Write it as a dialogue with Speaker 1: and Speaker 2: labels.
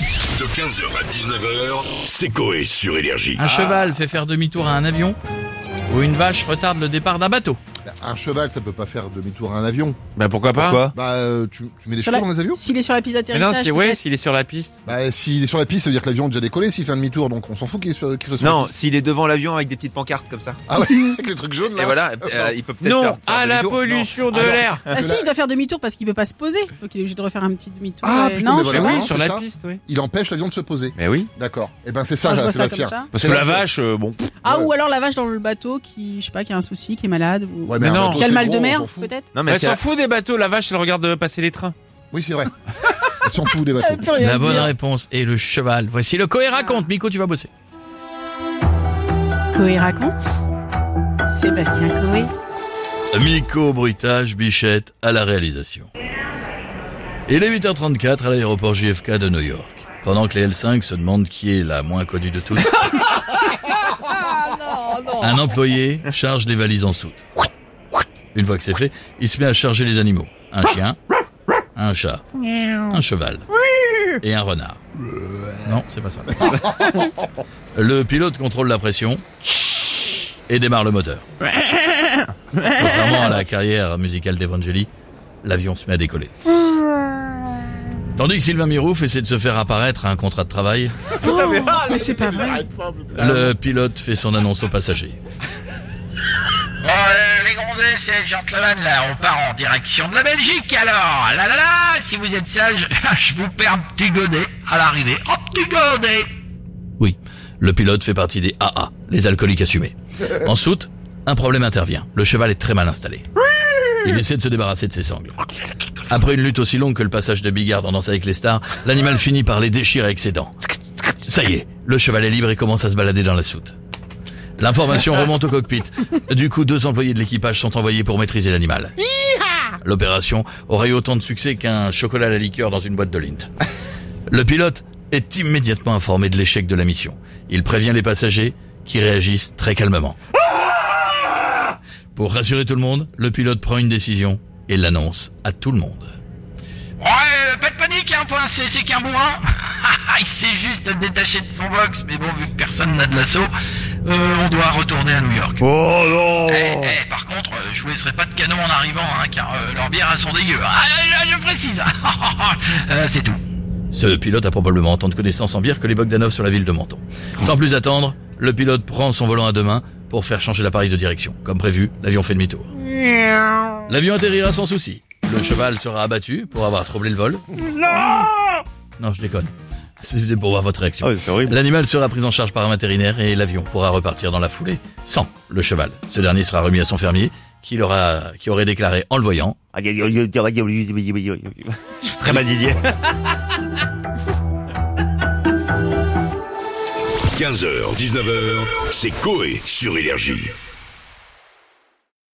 Speaker 1: De 15h à 19h, c'est Coé sur Énergie.
Speaker 2: Un
Speaker 3: Ah.
Speaker 2: cheval fait faire demi-tour à un avion ou une vache retarde le départ d'un bateau.
Speaker 4: Un cheval, ça peut pas faire demi-tour à un avion.
Speaker 5: Bah pourquoi pas
Speaker 6: Pourquoi
Speaker 4: Bah, euh, tu, tu mets des
Speaker 7: Sur
Speaker 4: chevaux
Speaker 7: la-
Speaker 4: dans les avions
Speaker 7: S'il est sur la piste
Speaker 5: Mais non,
Speaker 7: d'atterrissage.
Speaker 5: si ouais,
Speaker 7: peut-être.
Speaker 5: s'il est sur la piste.
Speaker 4: Bah, s'il est sur la piste, ça veut dire que l'avion a déjà décollé s'il fait un demi-tour, donc on s'en fout qu'il soit, qu'il soit sur la
Speaker 6: Non,
Speaker 4: piste.
Speaker 6: s'il est devant l'avion avec des petites pancartes comme ça.
Speaker 4: Ah oui, avec les trucs jaunes là.
Speaker 6: Et voilà, euh, il peut peut-être faire,
Speaker 5: Non,
Speaker 6: faire
Speaker 5: à la
Speaker 6: demi-tour.
Speaker 5: pollution de
Speaker 4: Alors-
Speaker 5: l'air.
Speaker 7: Ah si, il doit faire demi-tour parce qu'il peut pas se poser. Donc il est obligé de refaire un petit demi-tour.
Speaker 4: Ah,
Speaker 7: Et-
Speaker 4: putain,
Speaker 7: non,
Speaker 4: mais
Speaker 7: je
Speaker 6: bah
Speaker 4: voilà,
Speaker 7: sais
Speaker 4: oui,
Speaker 7: pas.
Speaker 4: sur
Speaker 5: sur
Speaker 4: la
Speaker 5: la
Speaker 4: ça
Speaker 5: piste, oui.
Speaker 4: Il empêche l'avion de se poser.
Speaker 5: Mais oui,
Speaker 4: D'accord. Et ben c'est
Speaker 7: Ah,
Speaker 4: ça,
Speaker 7: je vois
Speaker 4: là,
Speaker 7: ça comme
Speaker 4: Sébastien.
Speaker 7: ça.
Speaker 5: parce
Speaker 4: C'est
Speaker 5: que
Speaker 4: là
Speaker 5: la
Speaker 4: que-
Speaker 5: vache, euh, bon.
Speaker 7: Ah
Speaker 4: Ouais.
Speaker 7: ou alors la vache dans le bateau qui, je sais pas, qui a un souci, qui est malade. Ou...
Speaker 4: Ouais, mais,
Speaker 5: Mais
Speaker 4: un
Speaker 5: non.
Speaker 4: bateau,
Speaker 7: Qui a
Speaker 4: c'est
Speaker 7: le mal
Speaker 4: gros,
Speaker 7: de
Speaker 4: on
Speaker 7: mer,
Speaker 4: s'en fout.
Speaker 7: peut-être.
Speaker 6: Non, mais
Speaker 5: Elle
Speaker 6: c'est
Speaker 5: s'en
Speaker 6: la-
Speaker 5: fout des bateaux, la vache, elle regarde euh, passer les trains.
Speaker 4: Oui, c'est vrai. On s'en fout des bateaux.
Speaker 7: Plus rien
Speaker 2: La bonne
Speaker 7: dire.
Speaker 2: réponse est le cheval. Voici le Coé raconte. Miko, tu vas bosser.
Speaker 7: Coé raconte. Sébastien Coé.
Speaker 3: Miko Bruitage, Bichette à la réalisation. Il est 8h34 à l'aéroport JFK de New York. Pendant que les L5 se demandent qui est la moins connue de tous, un employé charge les valises en soute. Une fois que c'est fait, il se met à charger les animaux. Un chien, un chat, un cheval et un renard. Non, c'est pas ça. Le pilote contrôle la pression et démarre le moteur. Contrairement à la carrière musicale d'Evangeli, l'avion se met à décoller. Tandis que Sylvain Mirou essaie de se faire apparaître à un contrat de travail,
Speaker 7: Ah, Mais c'est pas vrai.
Speaker 8: Euh,
Speaker 3: le pilote fait son annonce aux passagers.
Speaker 8: Bon, euh, les gonzesses et les gentlemen, là, on part en direction de la Belgique, alors Là, là, là, si vous êtes sage, je vous perds un petit godet à l'arrivée. Hop, petit godet
Speaker 3: Oui, le pilote fait partie des AA, les alcooliques assumés. En soute, un problème intervient. Le cheval est très mal installé. Il essaie de se débarrasser de ses sangles. Après une lutte aussi longue que le passage de Bigard en danse avec les stars, l'animal finit par les déchirer avec ses dents. Ça y est, le cheval est libre et commence à se balader dans la soute. L'information remonte au cockpit. Du coup, deux employés de l'équipage sont envoyés pour maîtriser l'animal. L'opération aurait eu autant de succès qu'un chocolat à la liqueur dans une boîte de lint. Le pilote est immédiatement informé de l'échec de la mission. Il prévient les passagers qui réagissent très calmement. Pour rassurer tout le monde, le pilote prend une décision et l'annonce à tout le monde.
Speaker 8: Ouais, euh, pas de panique, hein, point, c'est c'est qu'un bourrin Il s'est juste détaché de son box, mais bon, vu que personne n'a de l'assaut, euh, on doit retourner à New York. Oh non Par contre, euh, je vous laisserai pas de canon en arrivant, hein, car euh, leurs bières elles sont dégueu. Ah, là, là, je précise Euh, C'est tout.
Speaker 3: Ce pilote a probablement autant de connaissances en bière que les Bogdanov sur la ville de Menton. Sans plus attendre, le pilote prend son volant à deux mains pour faire changer l'appareil de direction. Comme prévu, l'avion fait demi-tour. L'avion atterrira sans souci. Le cheval sera abattu pour avoir troublé le vol. Non Non, je déconne. C'était pour voir votre
Speaker 6: Ah
Speaker 3: réaction.
Speaker 5: c'est horrible.
Speaker 3: L'animal sera pris en charge par un vétérinaire et l'avion pourra repartir dans la foulée sans le cheval. Ce dernier sera remis à son fermier qui, l'aura- qui aurait déclaré en le voyant
Speaker 5: Très mal Didier.
Speaker 1: 15h, 19h, c'est Coé sur Énergie.